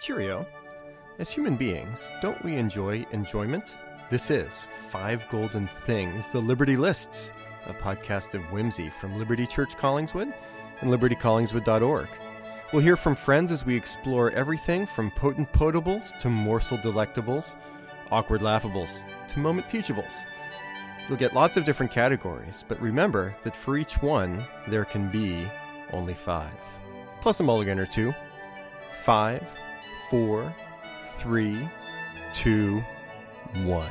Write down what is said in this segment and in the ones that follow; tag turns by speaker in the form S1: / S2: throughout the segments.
S1: Cheerio. As human beings, don't we enjoy enjoyment? This is Five Golden Things, the Liberty Lists, a podcast of whimsy from Liberty Church Collingswood and libertycollingswood.org. We'll hear from friends as we explore everything from potent potables to morsel delectables, awkward laughables to moment teachables. You'll get lots of different categories, but remember that for each one, there can be only five. Plus a mulligan or two. Five, four, three, two, one.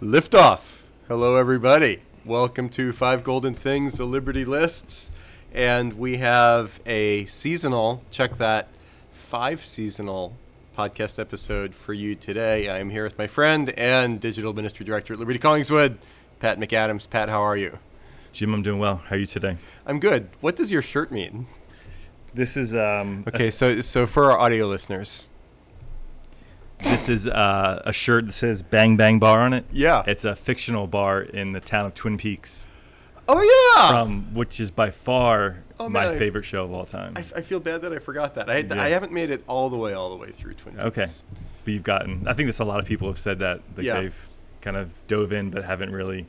S1: Lift off. Hello, everybody. Welcome to Five Golden Things, the Liberty Lists. And we have a seasonal, check that, five seasonal podcast episode for you today. I'm here with my friend and digital ministry director at Liberty Collingswood, Pat McAdams. Pat, how are you?
S2: Jim, I'm doing well. How are you today?
S1: I'm good. What does your shirt mean?
S2: This is um,
S1: Okay, so so for our audio listeners,
S2: this is uh, a shirt that says Bang Bang Bar on it.
S1: yeah.
S2: It's a fictional bar in the town of Twin Peaks,
S1: oh yeah.
S2: um, which is by far
S1: Oh,
S2: my
S1: man.
S2: favorite show of all time.
S1: I, I feel bad that I forgot that. I,
S2: Yeah.
S1: I haven't made it all the way, all the way through Twin Peaks.
S2: okay, but you've gotten. I think that's a lot of people have said that that
S1: Yeah.
S2: they've kind of dove in but haven't really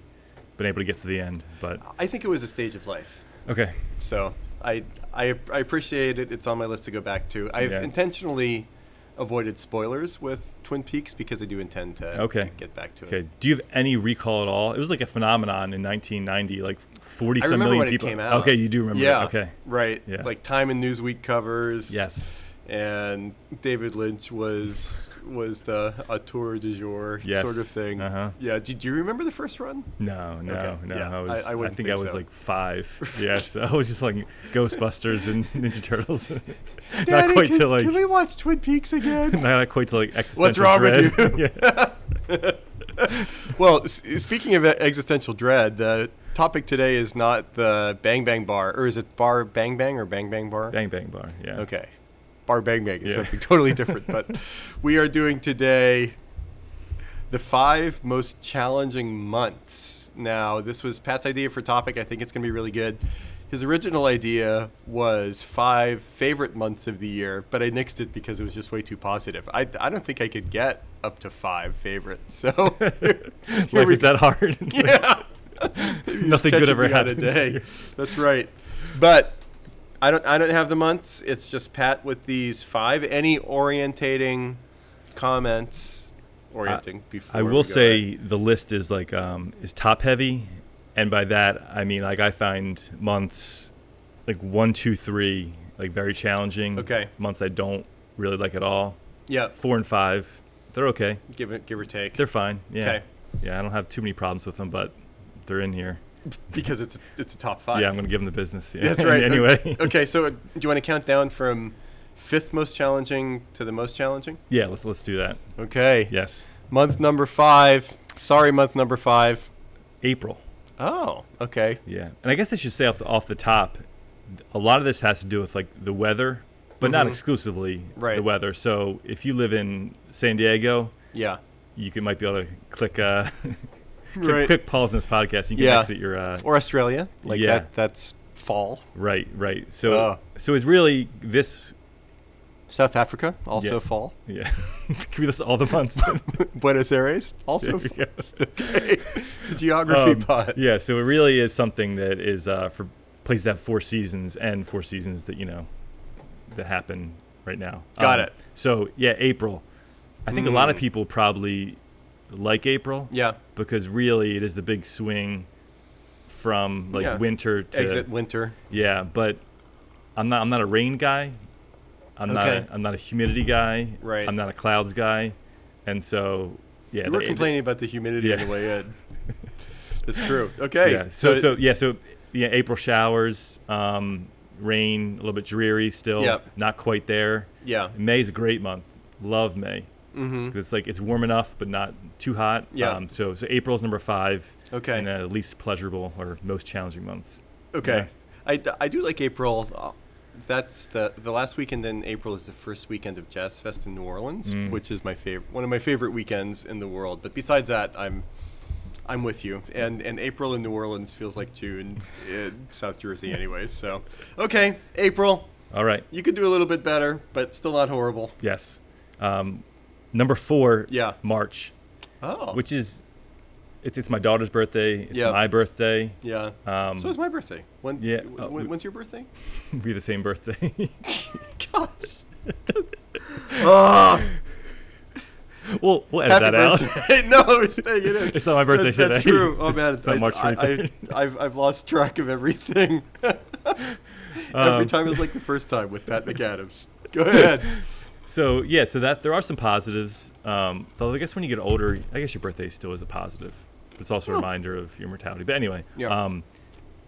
S2: been able to get to the end. But
S1: I think it was a stage of life.
S2: okay,
S1: So I, I, I appreciate it. It's on my list to go back to. I've
S2: Yeah.
S1: intentionally avoided spoilers with Twin Peaks because I do intend to
S2: Okay.
S1: get back to it.
S2: okay. Do you have any recall at all? It was like a phenomenon in 1990, like 40
S1: I
S2: some
S1: remember
S2: million
S1: when it
S2: people.
S1: came out.
S2: Okay, you do remember.
S1: yeah.
S2: It. Okay.
S1: Right.
S2: Yeah.
S1: Like Time and Newsweek covers.
S2: Yes.
S1: And David Lynch was was the auteur du jour
S2: Yes.
S1: sort of thing.
S2: Uh-huh.
S1: Yeah. Did you remember the first run?
S2: No, no,
S1: Okay,
S2: no.
S1: yeah,
S2: I was.
S1: I- I
S2: I,
S1: wouldn't
S2: think, I
S1: think
S2: was
S1: so.
S2: like five. yeah, so I was just like Ghostbusters and Ninja Turtles.
S1: Daddy,
S2: not quite
S1: can,
S2: to like.
S1: Can we watch Twin Peaks again?
S2: Not quite to like existential
S1: wrong with
S2: dread.
S1: you?
S2: yeah.
S1: Well, s- speaking of existential dread, the topic today is not the Bang Bang Bar, or is it Bar Bang Bang or Bang Bang Bar?
S2: Bang bang bar. Yeah.
S1: Okay, Bar Bang Bang is
S2: Yeah.
S1: something totally different. But we are doing today the five most challenging months. Now, this was Pat's idea for topic. I think it's going to be really good. His original idea was five favorite months of the year, but I nixed it because it was just way too positive. I, I don't think I could get up to five favorites. So here
S2: Life
S1: we
S2: is that hard.
S1: yeah.
S2: Nothing good
S1: Catching
S2: ever
S1: me on a
S2: happens.
S1: day. That's right. But I don't I don't have the months. It's just Pat with these five. Any orientating comments? Orienting before
S2: I
S1: we
S2: will
S1: go
S2: say the list is like um, is top heavy, and by that I mean like I find months like one, two, three like very challenging.
S1: Okay.
S2: Months I don't really like at all.
S1: there. yeah,
S2: Four and five, they're okay.
S1: give it give or take.
S2: They're fine. Yeah.
S1: Okay.
S2: Yeah, I don't have too many problems with them, but they're in here.
S1: because it's it's a top five.
S2: Yeah, I'm going to give them the business. Yeah.
S1: That's right.
S2: anyway.
S1: okay, so uh, do you want to count down from fifth most challenging to the most challenging?
S2: Yeah, let's let's do that.
S1: Okay.
S2: Yes.
S1: Month number five. Sorry, month number five.
S2: April.
S1: Oh, okay.
S2: Yeah. And I guess I should say off the, off the top, th- a lot of this has to do with like the weather, but not
S1: Mhm.
S2: exclusively
S1: Right.
S2: the weather. So, if you live in San Diego,
S1: Yeah.
S2: you can might be able to click uh click,
S1: Right.
S2: click pause in this podcast and you can
S1: Yeah.
S2: exit your uh,
S1: or Australia. Like
S2: Yeah.
S1: that that's fall.
S2: right, right. So
S1: Oh.
S2: so it's really this
S1: South Africa also
S2: Yeah.
S1: fall.
S2: yeah. can we list all the months?
S1: Buenos Aires also fall.
S2: Yes.
S1: Okay. the geography
S2: Um,
S1: pod.
S2: Yeah, so it really is something that is uh, for places that have four seasons and four seasons that you know that happen right now. Um,
S1: Got it. Hmm.
S2: So yeah, April. I think a lot of people probably like April
S1: Yeah.
S2: because really it is the big swing from like
S1: Yeah.
S2: winter to
S1: Exit winter.
S2: yeah. But I'm not I'm not a rain guy. I'm not
S1: Okay.
S2: a, I'm not a humidity guy.
S1: Right.
S2: I'm not a clouds guy, and so yeah.
S1: You were
S2: the-
S1: complaining about the humidity on
S2: Yeah.
S1: the way in. That's true. Okay.
S2: yeah. So
S1: it-
S2: so yeah. So yeah. April showers, um, rain, a little bit dreary still.
S1: Yep.
S2: Not quite there.
S1: yeah.
S2: May's a great month. Love May.
S1: Mhm.
S2: 'Cause It's like it's warm enough, but not too hot.
S1: Yeah.
S2: Um, so so April's number five.
S1: Okay.
S2: And uh, least pleasurable or most challenging months.
S1: Okay.
S2: Yeah.
S1: I, d- I do like April. Uh, That's the the last weekend in April is the first weekend of Jazz Fest in New Orleans,
S2: Mm.
S1: which is my favorite one of my favorite weekends in the world. But besides that, I'm I'm with you. And and April in New Orleans feels like June in South Jersey anyway. So, okay, April.
S2: All right.
S1: You could do a little bit better, but still not horrible.
S2: Yes. Um, number four.
S1: Yeah.
S2: March,
S1: Oh,
S2: which is, it's, it's my daughter's birthday. It's
S1: Yeah.
S2: my birthday.
S1: yeah.
S2: Um,
S1: so it's my birthday. When,
S2: yeah,
S1: w-
S2: uh,
S1: w-
S2: we-
S1: when's your birthday?
S2: be the same birthday.
S1: Gosh. oh,
S2: we'll we'll edit that out.
S1: birthday. no, we're staying it in.
S2: It's not my birthday
S1: That- That's
S2: today.
S1: true. Oh
S2: It's
S1: man, it's
S2: not
S1: I,
S2: March
S1: I,
S2: 23rd.
S1: I, have I've lost track of everything. Every
S2: Um,
S1: time is like the first time with Pat McAdams. Go ahead.
S2: So yeah, so that there are some positives. Um, so I guess when you get older, I guess your birthday still is a positive. But it's also a reminder of your mortality. But anyway,
S1: Oh. Yeah.
S2: um,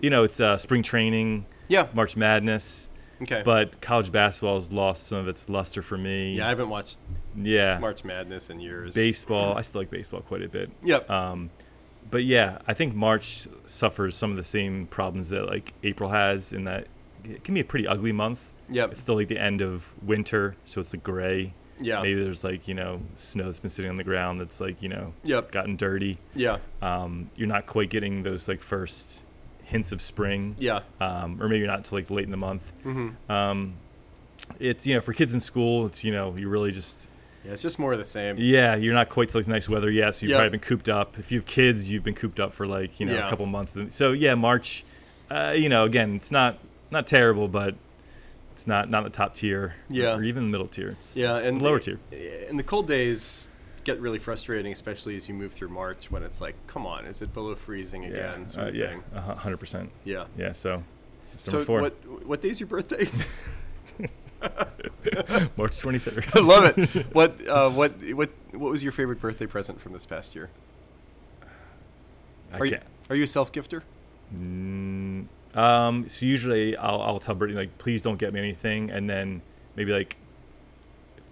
S2: you know, it's uh, spring training,
S1: Yeah.
S2: March Madness,
S1: Okay.
S2: but college basketball has lost some of its luster for me.
S1: yeah, I haven't watched
S2: yeah.
S1: March Madness in years.
S2: Baseball, I still like baseball quite a bit.
S1: Yep.
S2: Um, but yeah, I think March suffers some of the same problems that like April has in that it can be a pretty ugly month.
S1: Yep.
S2: It's still like the end of winter, so it's like gray.
S1: Yeah.
S2: Maybe there's like, you know, snow that's been sitting on the ground that's like, you know,
S1: Yep.
S2: gotten dirty.
S1: yeah.
S2: Um, you're not quite getting those like first hints of spring.
S1: Yeah. Mm-hmm.
S2: Um, or maybe not till like late in the month. Um, it's, you know, for kids in school, it's, you know, you really just
S1: Yeah. It's just more of the same.
S2: yeah, you're not quite to like nice weather yet, so you've
S1: Yeah.
S2: probably been cooped up. If you have kids, you've been cooped up for like you know
S1: Yeah.
S2: a couple months. So yeah, March, uh, you know, again, it's not not terrible, but it's not not the top tier,
S1: Yeah.
S2: or even the middle tier. It's,
S1: Yeah,
S2: it's
S1: and
S2: the lower
S1: the-
S2: tier.
S1: And the cold days get really frustrating, especially as you move through March when it's like, come on, is it below freezing
S2: Yeah,
S1: again?
S2: uh,
S1: sort of
S2: yeah,
S1: thing.
S2: a hu- hundred percent.
S1: Yeah.
S2: Yeah, so that's
S1: So
S2: number four,
S1: what what day's your birthday?
S2: March twenty third.
S1: I love it. What uh, what what what was your favorite birthday present from this past year?
S2: I
S1: Are you
S2: can't.
S1: are you a self gifter?
S2: Mm, um, so usually I'll, I'll tell Brittany like, please don't get me anything, and then maybe like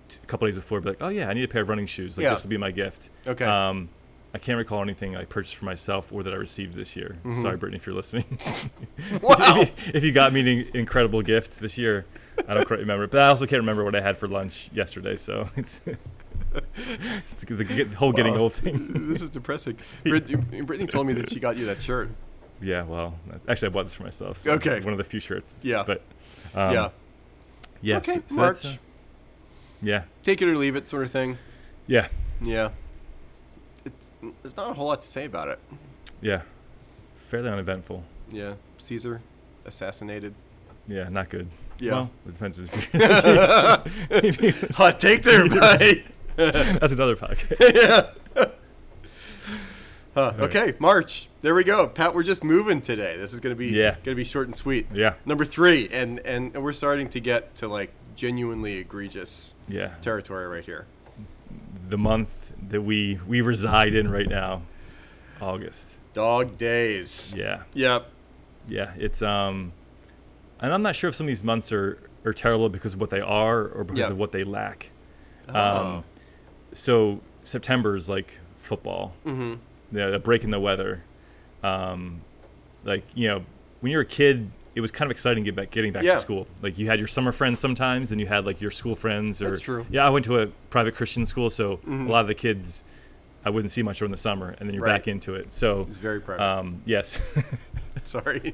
S2: t- a couple days before, be like, oh yeah, I need a pair of running shoes. Like
S1: Yeah.
S2: this will be my gift.
S1: Okay.
S2: Um, I can't recall anything I purchased for myself or that I received this year. Sorry, Brittany, if you're listening.
S1: Mm-hmm. Wow.
S2: if, you, if you got me an incredible gift this year, I don't quite remember. But I also can't remember what I had for lunch yesterday. So it's, it's the get- whole getting
S1: Wow.
S2: old thing.
S1: this is depressing. Brit- Brittany told me that she got you that shirt.
S2: Yeah, well, actually, I bought this for myself. So
S1: Okay.
S2: One of the few shirts.
S1: Yeah.
S2: But um,
S1: yeah.
S2: Yeah.
S1: Okay,
S2: so- so
S1: March.
S2: that's, uh, yeah.
S1: Take it or leave it, sort of thing.
S2: Yeah.
S1: Yeah. It's, there's not a whole lot to say about it.
S2: Yeah. Fairly uneventful.
S1: Yeah. Caesar assassinated.
S2: Yeah, not good.
S1: Yeah.
S2: Well, it depends. if you're-
S1: Hot take there, buddy.
S2: that's another podcast.
S1: yeah. Huh,
S2: right.
S1: okay, March. There we go, Pat. We're just moving today. This is gonna be
S2: Yeah.
S1: gonna be short and sweet.
S2: Yeah.
S1: Number three, and and and we're starting to get to like genuinely egregious
S2: Yeah.
S1: territory right here.
S2: The month that we we reside in right now, August.
S1: Dog days.
S2: Yeah.
S1: Yep.
S2: Yeah. It's um, and I'm not sure if some of these months are are terrible because of what they are or because
S1: Yeah.
S2: of what they lack.
S1: Oh.
S2: Um, so September's like football. Mm-hmm. The, the break in the weather. Um, like you know, when you were a kid, it was kind of exciting get back, getting back
S1: Yeah.
S2: to school. Like you had your summer friends sometimes, and you had like your school friends. Or
S1: That's true. Mm-hmm.
S2: yeah, I went to a private Christian school, so a lot of the kids I wouldn't see much during the summer, and then you're
S1: Right.
S2: back into it. So
S1: It's very private.
S2: um, yes,
S1: Sorry.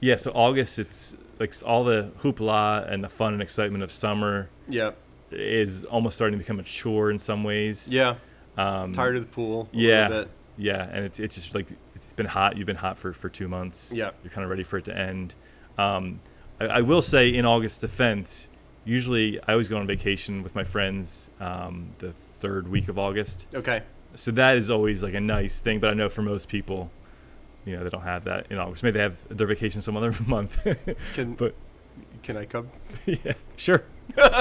S2: yeah. So August, it's like s- all the hoopla and the fun and excitement of summer
S1: yep.
S2: is almost starting to become a chore in some ways.
S1: Yeah.
S2: Um,
S1: Tired of the pool. A little
S2: yeah
S1: bit.
S2: yeah and it's, it's just like it's been hot you've been hot for for two months
S1: Yeah.
S2: you're kind of ready for it to end um I, I will say in august defense usually i always go on vacation with my friends um the third week of august
S1: Okay.
S2: so that is always like a nice thing but i know for most people you know they don't have that in august maybe they have their vacation some other month
S1: Can
S2: but
S1: can I come?
S2: yeah sure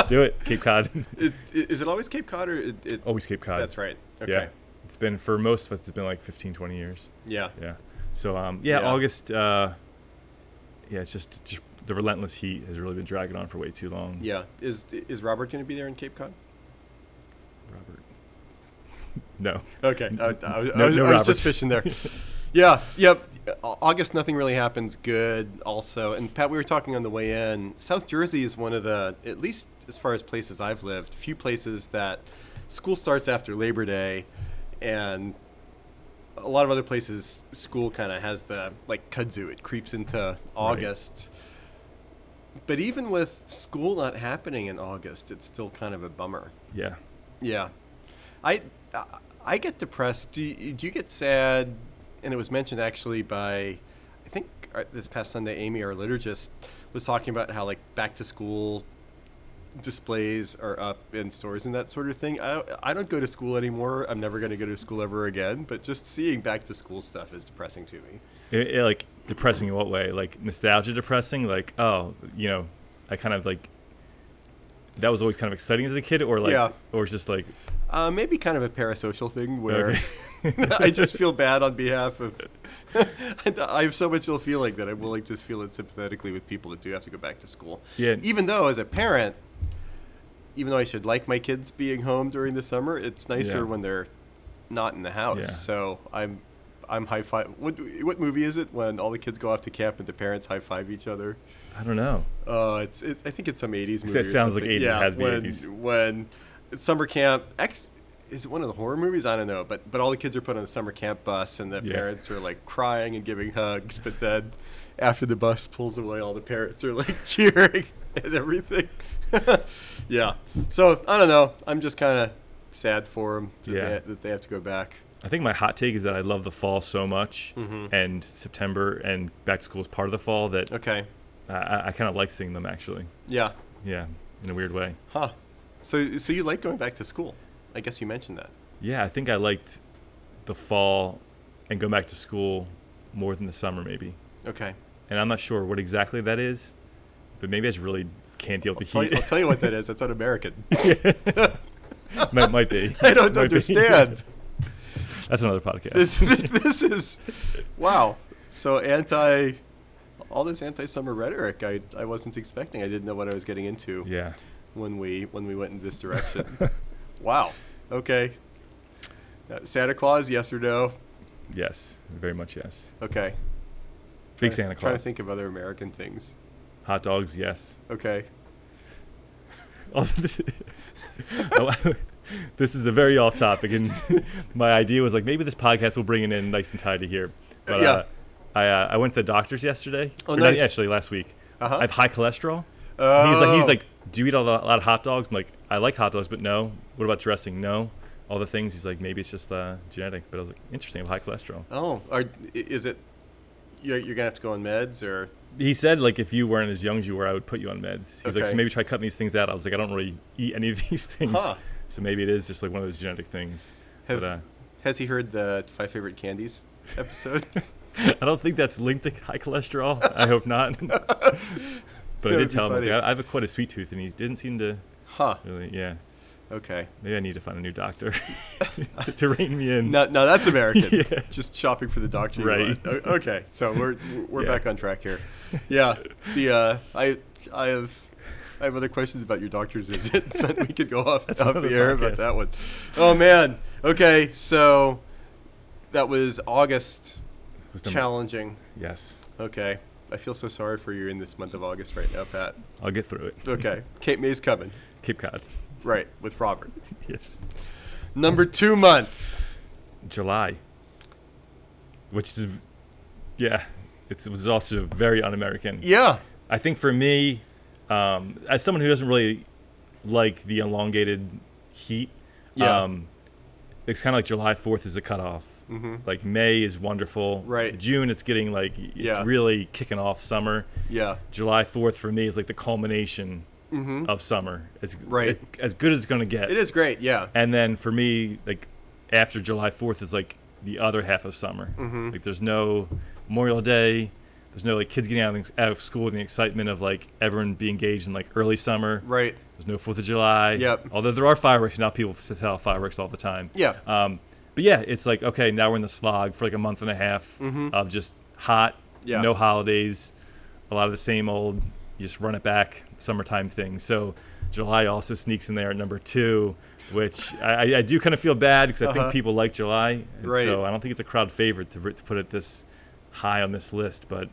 S2: do it cape cod
S1: It, i- is it always Cape Cod or it? it
S2: always cape cod
S1: That's right. Okay.
S2: yeah it's been for most of us it's been like 15 20 years
S1: Yeah.
S2: Yeah. So um, yeah,
S1: Yeah.
S2: August. Uh, yeah, it's just, just the relentless heat has really been dragging on for way too long.
S1: Yeah. Is is Robert going to be there in Cape Cod?
S2: Robert. no.
S1: Okay. I, I, was- I
S2: No-
S1: was,
S2: no
S1: I was
S2: Roberts.
S1: just fishing there. yeah. Yep. Au- August, nothing really happens good, also. And Pat, we were talking on the way in. South Jersey is one of the, at least as far as places I've lived, few places that school starts after Labor Day. And a lot of other places, school kind of has the, like kudzu, it creeps into August. But even with school not happening in August, it's still kind of a bummer.
S2: Yeah.
S1: Yeah, I I- I get depressed. Do you, do you get sad? And it was mentioned actually by, I think uh, this past Sunday, Amy, our liturgist, was talking about how like back to school displays are up in stores and that sort of thing. I I don't go to school anymore. I'm never going to go to school ever again. But just seeing back to school stuff is depressing to me.
S2: It, it, like depressing in what way? Like nostalgia depressing? Like oh, you know, I kind of like that was always kind of exciting as a kid, or like,
S1: Yeah.
S2: or it's just like
S1: Uh, maybe kind of a parasocial thing where
S2: okay.
S1: I just feel bad on behalf of. And I have so much ill feeling that I'm willing to feel it sympathetically with people that do have to go back to school.
S2: Yeah.
S1: Even though, as a parent, even though I should like my kids being home during the summer, it's nicer
S2: Yeah.
S1: when they're not in the house.
S2: Yeah.
S1: So I'm, I'm high five. What what movie is it when all the kids go off to camp and the parents high five each other?
S2: I don't know.
S1: Uh, it's it, I think it's some '80s movie.
S2: That
S1: or
S2: sounds like
S1: something.
S2: 80s. It
S1: Yeah,
S2: had to be
S1: when,
S2: 80s.
S1: when it's summer camp. Actually, is it one of the horror movies? I don't know, but but all the kids are put on the summer camp bus, and the
S2: Yeah.
S1: parents are like crying and giving hugs. But then, after the bus pulls away, all the parents are like cheering and everything. yeah. So I don't know. I'm just kind of sad for them that,
S2: Yeah.
S1: they, that they have to go back.
S2: I think my hot take is that I love the fall so much, and September and back to school is part of the fall that
S1: Mm-hmm. Okay.
S2: I I, I kind of like seeing them actually.
S1: Yeah.
S2: Yeah, in a weird way.
S1: Huh. So so you like going back to school? I guess you mentioned that.
S2: Yeah, I think I liked the fall and going back to school more than the summer maybe.
S1: Okay.
S2: And I'm not sure what exactly that is, but maybe I just really can't deal with
S1: Tell
S2: the
S1: you- I'll
S2: heat.
S1: tell you what that is. That's un-American.
S2: might, might be.
S1: I don't
S2: Might be.
S1: understand.
S2: That's another podcast.
S1: this, this, this is wow. So anti, all this anti-summer rhetoric. I, I wasn't expecting. I didn't know what I was getting into
S2: yeah.
S1: when we when we went in this direction. wow. Okay. Uh, Santa Claus, yes or no?
S2: Yes. Very much yes.
S1: Okay. Trying-
S2: Big Santa
S1: Trying to
S2: Claus.
S1: think of other American things.
S2: Hot dogs, yes.
S1: Okay.
S2: Oh, this- oh, this is a very off topic, and my idea was like maybe this podcast will bring it in nice and tidy here. But
S1: Yeah.
S2: uh, I uh, I went to the doctor's yesterday.
S1: Oh,
S2: Or not-
S1: nice.
S2: Actually, last week.
S1: Uh-huh.
S2: I have high cholesterol. He's like
S1: Oh.
S2: he's like, do you eat a lot, a lot of hot dogs? I'm like, I like hot dogs, but no. What about dressing? No. All the things. He's like, maybe it's just uh, genetic. But I was like, interesting. I have high cholesterol.
S1: Oh, are, i- is it? You're, you're gonna have to go on meds or?
S2: He said like if you weren't as young as you were, I would put you on meds. He's like,
S1: Okay.
S2: so maybe try cutting these things out. I was like, I don't really eat any of these things.
S1: Huh.
S2: So maybe it is just like one of those genetic things.
S1: Have,
S2: but, uh,
S1: has he heard the five favorite candies episode?
S2: I don't think that's linked to high cholesterol. I hope not. but I
S1: would
S2: did
S1: be
S2: tell him I, was
S1: funny.
S2: like, I I have a, quite a sweet tooth, and he didn't seem to
S1: huh.
S2: really. Yeah,
S1: Okay.
S2: maybe I need to find a new doctor to, to rein me in.
S1: No, no, that's American.
S2: Yeah.
S1: Just shopping for the doctor, you
S2: Right.
S1: want. O- Okay, so we're we're
S2: Yeah.
S1: back on track here. Yeah, the uh, I I have I have other questions about your doctor's visit, but we could go off, off the
S2: another
S1: air about
S2: podcast.
S1: that one. Oh man. Okay, so that was August
S2: Was number-
S1: challenging.
S2: Yes,
S1: Okay, I feel so sorry for you in this month of August right now, Pat.
S2: I'll get through it.
S1: Okay, Kate May's coming,
S2: Cape Cod.
S1: right? With Robert.
S2: Yes.
S1: Number two month.
S2: July, which is, yeah, it's, it was also very un-American.
S1: Yeah.
S2: I think for me, um, as someone who doesn't really like the elongated heat,
S1: Yeah.
S2: um, it's kind of like July 4th is a cutoff.
S1: Mhm.
S2: Like May is wonderful.
S1: Right.
S2: June, it's getting like, it's
S1: Yeah.
S2: really kicking off summer.
S1: Yeah.
S2: July 4th for me is like the culmination
S1: Mm-hmm.
S2: of summer. It's
S1: Right.
S2: it's as good as it's going to get.
S1: It is great. Yeah.
S2: And then for me, like after July 4th is like the other half of summer.
S1: Mm-hmm.
S2: Like there's no Memorial Day. There's no like kids getting out of, out of school and the excitement of like everyone being engaged in like early summer.
S1: Right.
S2: There's no Fourth of July.
S1: Yep.
S2: Although there are fireworks now, people sell fireworks all the time.
S1: Yeah.
S2: Um, but yeah, it's like okay, now we're in the slog for like a month and a half of just hot,
S1: Mm-hmm. Yeah.
S2: no holidays, a lot of the same old, you just run it back summertime thing. So July also sneaks in there at number two, which I, I- I do kind of feel bad because I
S1: Uh-huh.
S2: think people like July, and
S1: Right.
S2: so I don't think it's a crowd favorite to, to put it this high on this list. But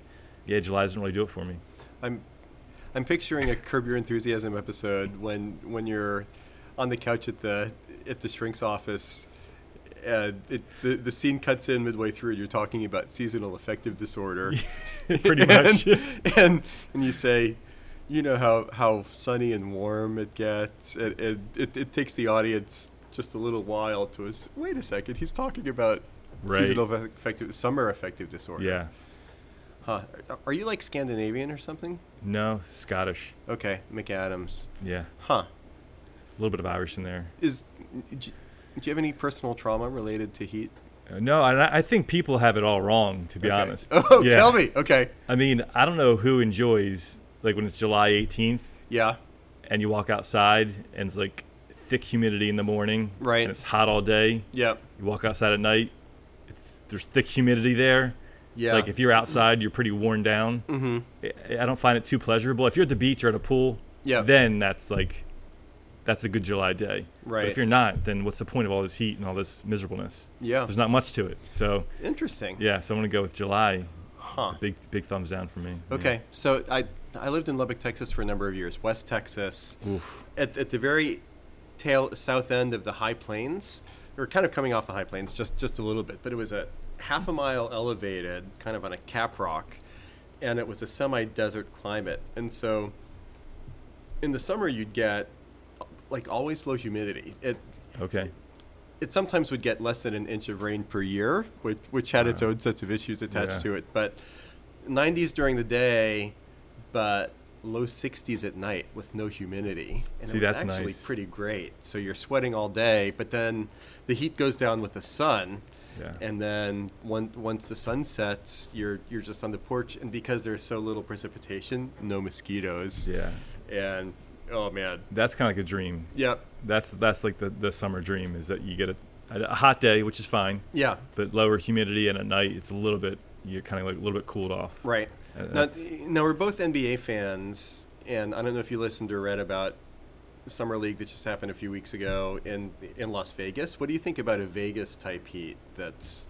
S2: yeah, July doesn't really do it for me.
S1: I'm I'm picturing a Curb Your Enthusiasm episode when when you're on the couch at the at the shrink's office. And it, the, the scene cuts in midway through. and You're talking about seasonal affective disorder,
S2: Pretty much.
S1: and, and and you say, you know how how sunny and warm it gets, and, and it it takes the audience just a little while to us. Wait a second, he's talking about
S2: Right.
S1: seasonal affective summer affective disorder.
S2: Yeah.
S1: Huh. Are you like Scandinavian or something?
S2: No, Scottish.
S1: Okay, McAdams.
S2: Yeah.
S1: Huh.
S2: A little bit of Irish in there.
S1: Is do you have any personal trauma related to heat?
S2: Uh, No, and I, I think people have it all wrong, to be
S1: Okay.
S2: honest.
S1: Oh,
S2: Yeah.
S1: tell me. Okay.
S2: I mean, I don't know who enjoys, like, when it's July 18th
S1: Yeah.
S2: and you walk outside and it's like thick humidity in the morning.
S1: Right.
S2: And it's hot all day.
S1: Yeah.
S2: You walk outside at night, it's, there's thick humidity there.
S1: Yeah.
S2: Like if you're outside, you're pretty worn down. Mm-hmm. I I don't find it too pleasurable. If you're at the beach or at a pool,
S1: Yeah.
S2: then that's like, that's a good July day. But
S1: Right.
S2: if you're not, then what's the point of all this heat and all this miserableness?
S1: Yeah.
S2: There's not much to it. So
S1: Interesting.
S2: yeah, so I'm gonna go with July.
S1: Huh.
S2: Big big thumbs down for me. Yeah.
S1: Okay, so I I lived in Lubbock, Texas for a number of years, West Texas.
S2: Oof.
S1: At, at the very tail south end of the High Plains, we were kind of coming off the High Plains just just a little bit, but it was a half a mile elevated, kind of on a cap rock, and it was a semi-desert climate, and so in the summer you'd get like always low humidity. It
S2: Okay.
S1: it sometimes would get less than an inch of rain per year, which, which had its own sets of issues attached
S2: Yeah.
S1: to it. But 90s during the day, but low 60s at night with no humidity. And
S2: See,
S1: it was
S2: that's
S1: actually
S2: nice.
S1: pretty great. So you're sweating all day, but then the heat goes down with the sun.
S2: Yeah.
S1: And then one, once the sun sets, you're you're just on the porch, and because there's so little precipitation, no mosquitoes.
S2: Yeah.
S1: And oh man,
S2: That's kind of like a dream.
S1: yep,
S2: That's that's like the, the summer dream is that you get a, a hot day, which is fine,
S1: yeah,
S2: but lower humidity, and at night it's a little bit you're kind of like a little bit cooled off.
S1: Right.
S2: Uh,
S1: Now,
S2: that's-
S1: now we're both NBA fans, and I don't know if you listened or read about the summer league that just happened a few weeks ago in in Las Vegas. What do you think about a Vegas type heat? That's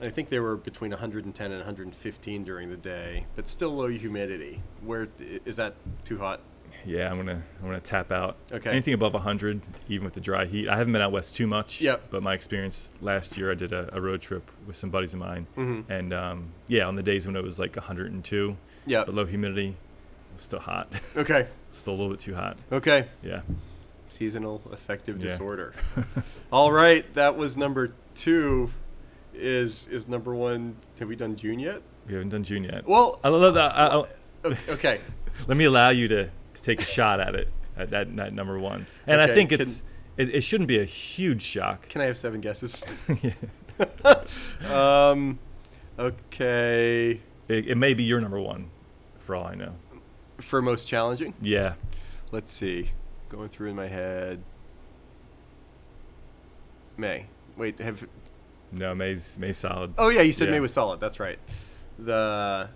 S1: I think they were between 110 and 115 during the day, but still low humidity. Where is that too hot?
S2: Yeah, I'm gonna I'm gonna tap out.
S1: Okay.
S2: Anything above 100, even with the dry heat, I haven't been out west too much.
S1: Yep.
S2: But my experience last year, I did a, a road trip with some buddies of mine,
S1: Mm-hmm.
S2: and um, yeah, on the days when it was like 102,
S1: Yeah.
S2: but low humidity, it was still hot,
S1: Okay.
S2: still a little bit too hot.
S1: Okay.
S2: Yeah.
S1: seasonal affective
S2: Yeah.
S1: disorder. All right, that was number 2 is is number 1 have we done June yet?
S2: We haven't done June yet.
S1: Well,
S2: I love that. I, I,
S1: o- okay.
S2: let me allow you to, to take a shot at it at, at, at number one. And
S1: Okay,
S2: I think
S1: can-
S2: it's it, it shouldn't be a huge shock.
S1: Can I have seven guesses?
S2: it,
S1: um, okay.
S2: it may be your number one, for all I know.
S1: For most challenging,
S2: Yeah,
S1: let's see. Going through in my head. May. Wait, have.
S2: no, May's May's solid.
S1: Oh, yeah, you said May
S2: Yeah.
S1: was solid. That's right. The.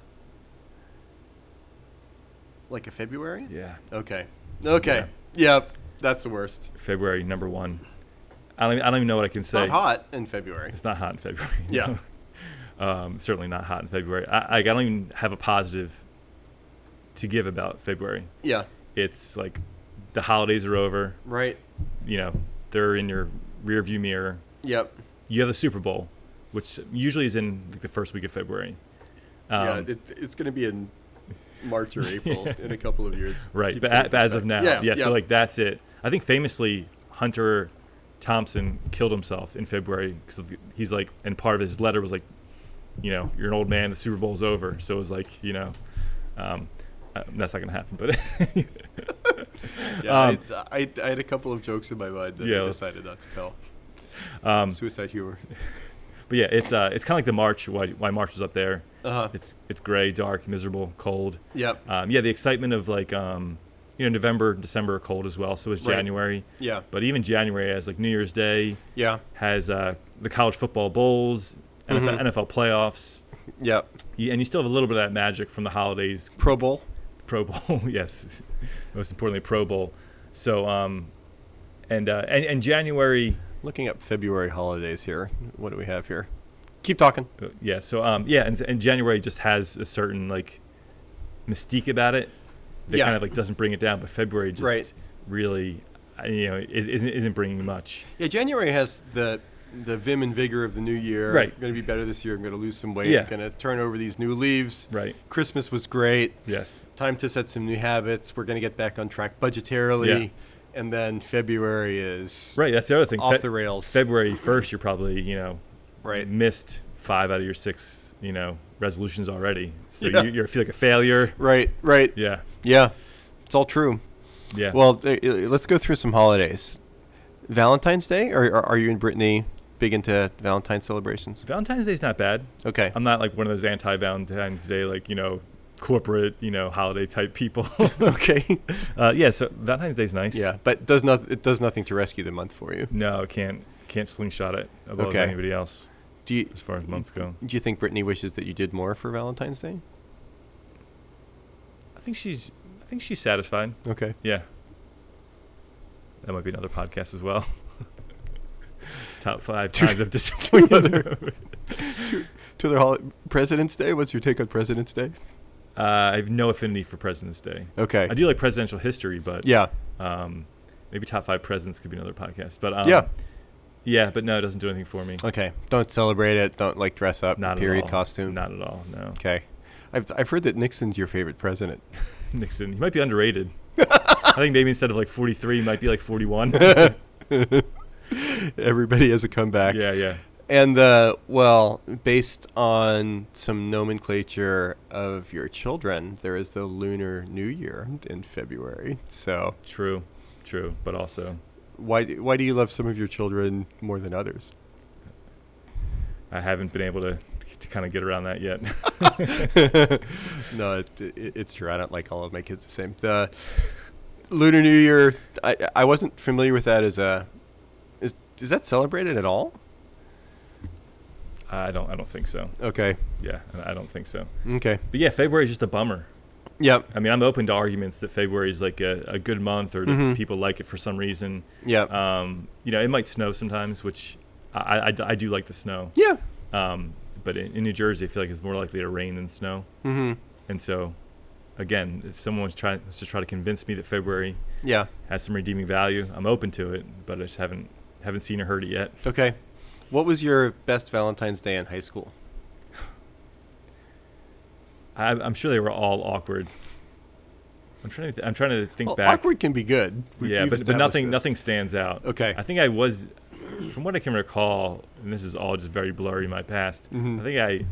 S1: Like a February?
S2: Yeah,
S1: Okay. Okay. Yep. That's the worst.
S2: February number one. I don't I don't even know what I can
S1: It's
S2: say.
S1: not hot in February.
S2: It's not hot in February.
S1: Yeah.
S2: no. um, certainly not hot in February. I, I don't even have a positive to give about February.
S1: Yeah.
S2: It's like the holidays are over.
S1: Right.
S2: You know, they're in your rearview mirror.
S1: Yep.
S2: you have the Super Bowl, which usually is in like, the first week of February.
S1: yeah.
S2: Um,
S1: It, it's going to be in March or April in a couple of years.
S2: right,
S1: Keep
S2: but,
S1: saying
S2: a- but as of now, yeah,
S1: yeah.
S2: So like that's it. I think famously Hunter Thompson killed himself in February because he's like, and part of his letter was like, you know, you're an old man. The Super Bowl's over. So it was like, you know, um, uh, that's not gonna happen. But
S1: Yeah,
S2: Um,
S1: I, I, I had a couple of jokes in my mind that
S2: Yeah,
S1: I
S2: let's-
S1: decided not to tell.
S2: um,
S1: Suicide humor.
S2: but yeah, it's uh, it's kind of like the March. Why, why March was up there?
S1: Uh-huh.
S2: It's it's gray, dark, miserable, cold.
S1: Yep.
S2: um, yeah, the excitement of like um, you know November, December are cold as well. So is
S1: Right.
S2: January,
S1: yeah.
S2: but even January has like New Year's Day,
S1: Yeah.
S2: has uh, the college football bowls, NFL, NFL playoffs,
S1: Yeah.
S2: you, and you still have a little bit of that magic from the holidays,
S1: Pro Bowl.
S2: Pro Bowl, yes, most importantly Pro Bowl. So um, and, uh, and and January,
S1: Looking up February holidays here. What do we have here? Keep talking.
S2: uh, yeah. So um, yeah, and, and January just has a certain like mystique about it that
S1: Yeah.
S2: kind of like doesn't bring it down, but February just
S1: Right.
S2: really, uh, you know, is, isn't isn't bringing much.
S1: Yeah, January has the the vim and vigor of the new year.
S2: Right.
S1: I'm going to be better this year. I'm going to lose some weight.
S2: Yeah.
S1: I'm going to turn over these new leaves.
S2: Right.
S1: Christmas was great.
S2: Yes.
S1: Time to set some new habits. We're going to get back on track budgetarily.
S2: Yeah.
S1: And then February is
S2: Right. That's the other thing.
S1: off
S2: Fe-
S1: the rails.
S2: February first, you're probably you know
S1: right.
S2: missed five out of your six you know resolutions already. So
S1: Yeah.
S2: you, you feel like a failure.
S1: Right. Right.
S2: Yeah.
S1: Yeah. It's all true.
S2: Yeah.
S1: Well, th- uh, let's go through some holidays. Valentine's Day, or, or are you and Brittany big into Valentine's celebrations?
S2: Valentine's Day's not bad.
S1: Okay.
S2: I'm not like one of those anti-Valentine's Day like you know corporate you know holiday type people.
S1: okay.
S2: uh, yeah. So Valentine's Day's nice.
S1: yeah, but does not it does nothing to rescue the month for you.
S2: No, can't can't slingshot it above
S1: Okay.
S2: anybody else
S1: Do you
S2: as far as months go.
S1: do you think Brittany wishes that you did more for Valentine's Day?
S2: I think she's I think she's satisfied.
S1: Okay.
S2: Yeah. That might be another podcast as well. Top five times of disappointment.
S1: To the hol- President's Day, what's your take on President's Day?
S2: uh, I have no affinity for President's Day.
S1: Okay.
S2: I do like presidential history, but
S1: yeah.
S2: um, maybe top five presidents could be another podcast. But um,
S1: Yeah.
S2: yeah, but no, it doesn't do anything for me.
S1: Okay. Don't celebrate it. Don't like dress up.
S2: Not
S1: period
S2: at all.
S1: costume.
S2: Not at all. No,
S1: Okay. I've I've heard that Nixon's your favorite president.
S2: Nixon. He might be underrated. I think maybe instead of like 43, he might be like 41.
S1: Everybody has a comeback.
S2: yeah, yeah.
S1: And uh, well, based on some nomenclature of your children, there is the Lunar New Year in February. So
S2: True, true, but also
S1: why why do you love some of your children more than others?
S2: I haven't been able to to kind of get around that yet.
S1: no, it, it, it's true. I don't like all of my kids the same. The Lunar New Year, I I wasn't familiar with that as a is is that celebrated at all?
S2: I don't. I don't think so.
S1: Okay,
S2: Yeah, and I don't think so.
S1: okay,
S2: But yeah, February is just a bummer.
S1: yep,
S2: I mean, I'm open to arguments that February is like a, a good month, or that
S1: Mhm.
S2: people like it for some reason.
S1: yep,
S2: Um, you know, it might snow sometimes, which I, I, I do like the snow.
S1: yeah.
S2: Um, but in, in New Jersey, I feel like it's more likely to rain than snow.
S1: Mm-hmm.
S2: And so, again, if someone was trying was to try to convince me that February
S1: Yeah.
S2: has some redeeming value, I'm open to it. But I just haven't haven't seen or heard it yet.
S1: Okay. What was your best Valentine's Day in high school?
S2: I, I'm sure they were all awkward. I'm trying to. Th- I'm trying to think
S1: Well,
S2: back.
S1: Oh, awkward can be good. We-
S2: yeah,
S1: we've
S2: but, but
S1: established
S2: nothing
S1: this.
S2: nothing stands out.
S1: Okay.
S2: I think I was, from what I can recall, and this is all just very blurry in my past.
S1: Mhm.
S2: I think I,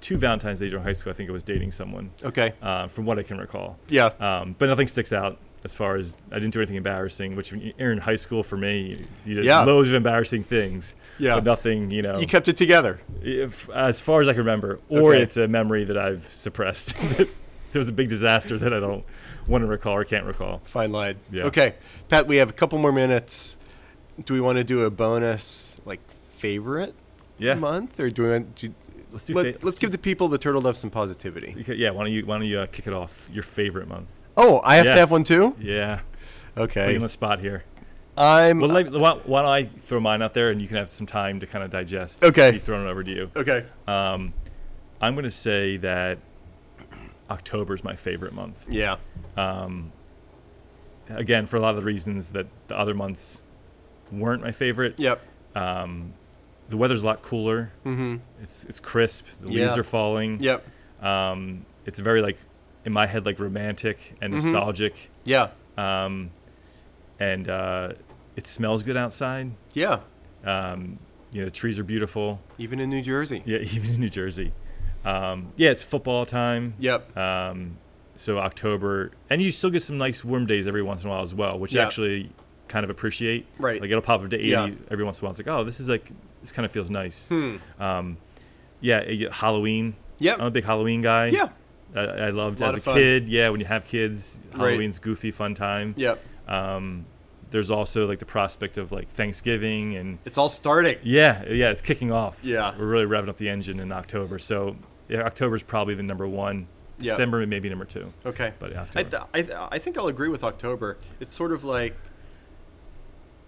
S2: two Valentine's Day during high school, I think I was dating someone.
S1: Okay.
S2: Uh, from what I can recall,
S1: Yeah.
S2: um, but nothing sticks out as far as I didn't do anything embarrassing. Which when you're in high school for me, you did
S1: Yeah.
S2: loads of embarrassing things.
S1: Yeah.
S2: but uh, nothing you know.
S1: You kept it together.
S2: if, as far as I can remember, or
S1: Okay.
S2: it's a memory that I've suppressed. there was a big disaster that I don't want to recall or can't recall.
S1: Fine line.
S2: Yeah.
S1: Okay. Pat, we have a couple more minutes. Do we want to do a bonus, like, favorite
S2: Yeah,
S1: month? Or do we want to.
S2: let's do.
S1: Let,
S2: fa-
S1: us give the people the turtle dove some positivity.
S2: Okay, yeah, why don't you why don't you uh, kick it off? Your favorite month?
S1: Oh, I have
S2: Yes.
S1: to have one too?
S2: Yeah, put you
S1: Okay.
S2: on the spot here.
S1: I'm.
S2: Well, let, why, why don't I throw mine out there and you can have some time to kind of digest.
S1: Okay.
S2: be thrown over to you.
S1: uh, okay.
S2: Um, I'm gonna say that October is my favorite month.
S1: Yeah.
S2: Um, again, for a lot of the reasons that the other months weren't my favorite.
S1: Yep.
S2: Um, the weather's a lot cooler.
S1: Mm-hmm.
S2: It's it's crisp. The leaves
S1: Yeah.
S2: are falling.
S1: Yep.
S2: Um, it's very like in my head like romantic and
S1: Mhm.
S2: nostalgic.
S1: Yeah.
S2: Um, and uh, it smells good outside.
S1: Yeah.
S2: Um, you know, the trees are beautiful.
S1: Even in New Jersey.
S2: Yeah, even in New Jersey. Um, yeah, it's football time.
S1: Yep.
S2: Um, so October, and you still get some nice warm days every once in a while as well, which
S1: Yeah.
S2: I actually kind of appreciate.
S1: Right.
S2: Like it'll pop up to 80
S1: Yeah.
S2: every once in a while. It's like, oh, this is like, this kind of feels nice.
S1: Hmm.
S2: Um, yeah, you get Halloween.
S1: Yep.
S2: I'm a big Halloween guy.
S1: Yeah.
S2: I, I loved
S1: Lot
S2: as
S1: of
S2: a
S1: fun.
S2: kid. Yeah, when you have kids,
S1: Right.
S2: Halloween's goofy, fun time.
S1: Yep.
S2: Um, there's also like the prospect of like Thanksgiving and
S1: It's all starting.
S2: yeah, yeah, it's kicking off.
S1: Yeah.
S2: we're really revving up the engine in October. So yeah, October's probably the number one.
S1: Yeah.
S2: December maybe number two.
S1: Okay.
S2: But
S1: I,
S2: October.
S1: th- I, th- I think I'll agree with October. It's sort of like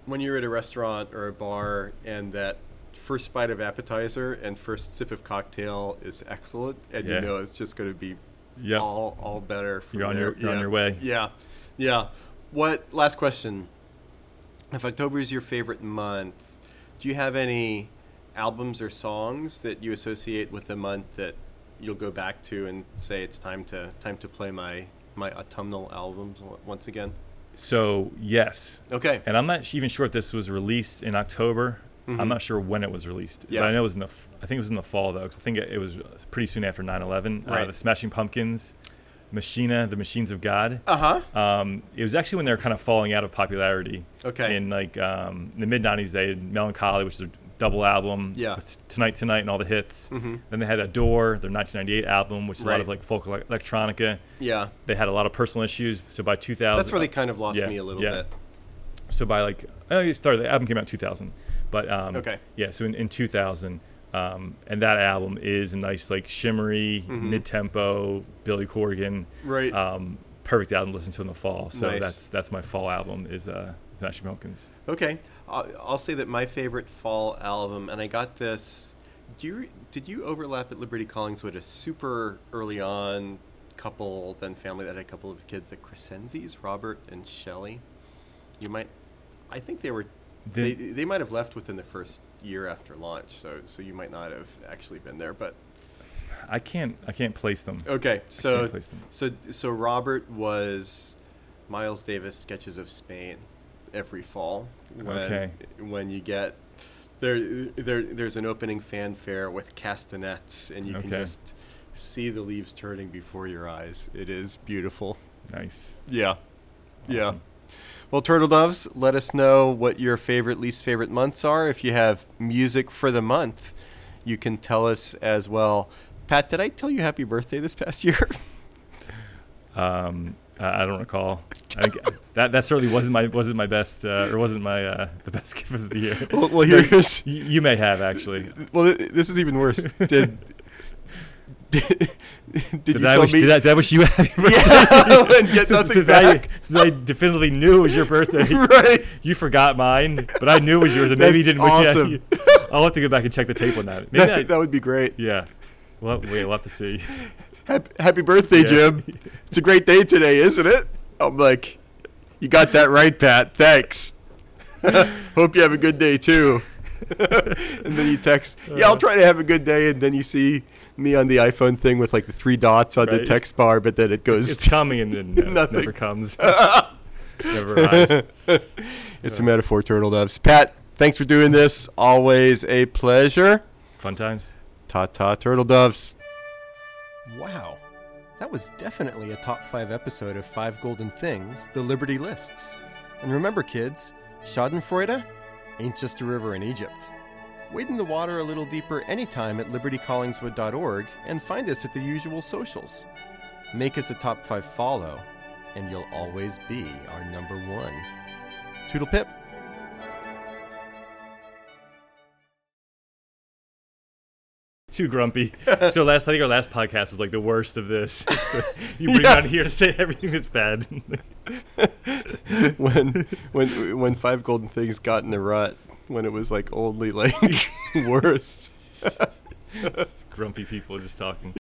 S1: when you're at a restaurant or a bar and that first bite of appetizer and first sip of cocktail is excellent and
S2: Yeah.
S1: you know it's just going to be
S2: Yep.
S1: all all better from
S2: You're on
S1: there.
S2: your- you're on
S1: yeah.
S2: your way.
S1: Yeah. Yeah. What last question. If October is your favorite month, Do you have any albums or songs that you associate with a month that you'll go back to and say it's time to time to play my my autumnal albums w- once again?
S2: So yes,
S1: Okay.
S2: and I'm not sh- even sure if this was released in October. I'm not sure when it was released,
S1: Mm-hmm. Yeah.
S2: but I know it was in the. f- I think it was in the fall though, 'cause I think it, it was uh, pretty soon after 9/11. Uh,
S1: Right.
S2: the Smashing Pumpkins, Machina, the Machines of God.
S1: Uh huh.
S2: Um, it was actually when they were kind of falling out of popularity.
S1: Okay.
S2: In like um, the mid '90s, they had Melancholy, which is a double album.
S1: Yeah.
S2: With Tonight Tonight and all the hits. Mm-hmm. Then they had Adore, their 1998 album, which is a lot of
S1: Right.
S2: like folk elec- electronica.
S1: Yeah.
S2: They had a lot of personal issues. So by 2000,
S1: That's where they kind of lost
S2: yeah,
S1: me a little
S2: yeah.
S1: bit.
S2: so by like oh you started the album came out in 2000 but um
S1: Okay.
S2: yeah so in, in 2000 um and that album is a nice like shimmery mid-tempo billy corgan
S1: Mm-hmm. Right.
S2: um perfect album to listen to in the fall so
S1: Nice.
S2: that's that's my fall album is uh smashing pumpkins
S1: Okay, I'll, I'll say that my favorite fall album, and I got this. Do you did you overlap at Liberty Collingswood a super early on couple, then family that had a couple of kids, the Crescenzis, Robert and Shelley? You might, I think they were,
S2: The-
S1: they they might have left within the first year after launch, so so you might not have actually been there, but
S2: i can't i can't place them
S1: Okay, so
S2: place them.
S1: so so Robert was Miles Davis sketches of Spain every fall. When,
S2: Okay.
S1: When you get there, there, there's an opening fanfare with castanets, and you can
S2: Okay.
S1: just see the leaves turning before your eyes. It is beautiful.
S2: nice
S1: Yeah. Yeah.
S2: Awesome.
S1: Well, Turtle Doves, let us know what your favorite, least favorite months are. If you have music for the month, you can tell us as well. Pat, did I tell you happy birthday this past year?
S2: um i, I don't recall I think that that certainly wasn't my wasn't my best uh, or wasn't my uh, the best gift of the year
S1: well, well, here's.
S2: you, you may have actually
S1: Well, th- this is even worse. Did. Did, did,
S2: Did
S1: you
S2: I,
S1: tell
S2: wish,
S1: me?
S2: did, I, did I wish you happy birthday?
S1: Yeah, and get
S2: since,
S1: nothing
S2: since
S1: back.
S2: I, since I definitively knew it was your birthday.
S1: right.
S2: You forgot mine, but I knew it was yours, and maybe you
S1: That's
S2: didn't wish
S1: awesome.
S2: you happy. I'll have to go back and check the tape on that. Maybe I,
S1: That, that would be great.
S2: yeah. Well, wait, we'll have to see.
S1: Happy, happy birthday,
S2: Yeah.
S1: Jim. It's a great day today, isn't it? I'm like, you got that right, Pat. Thanks. Hope you have a good day too. and then you text, yeah,
S2: Uh.
S1: I'll try to have a good day. And then you see me on the iPhone thing with like the three dots on the
S2: Right.
S1: text bar, but then it goes.
S2: It's coming, and then no,
S1: Nothing.
S2: never comes. never arrives.
S1: it's a metaphor, turtle doves. Pat, thanks for doing this. Always a pleasure.
S2: Fun times.
S1: Ta ta, turtle doves. Wow. That was definitely a top five episode of Five Golden Things, the Liberty Lists. And remember, kids, Schadenfreude ain't just a river in Egypt. Wade in the water a little deeper anytime at libertycollingswood.org and find us at the usual socials. Make us a top five follow, and you'll always be our number one. Toodle pip.
S2: Too grumpy. So last, I think our last podcast was like the worst of this. So you bring
S1: Yeah.
S2: on here to say everything that's bad.
S1: when when when five golden things got in a rut when it was like only like worst
S2: grumpy people just talking.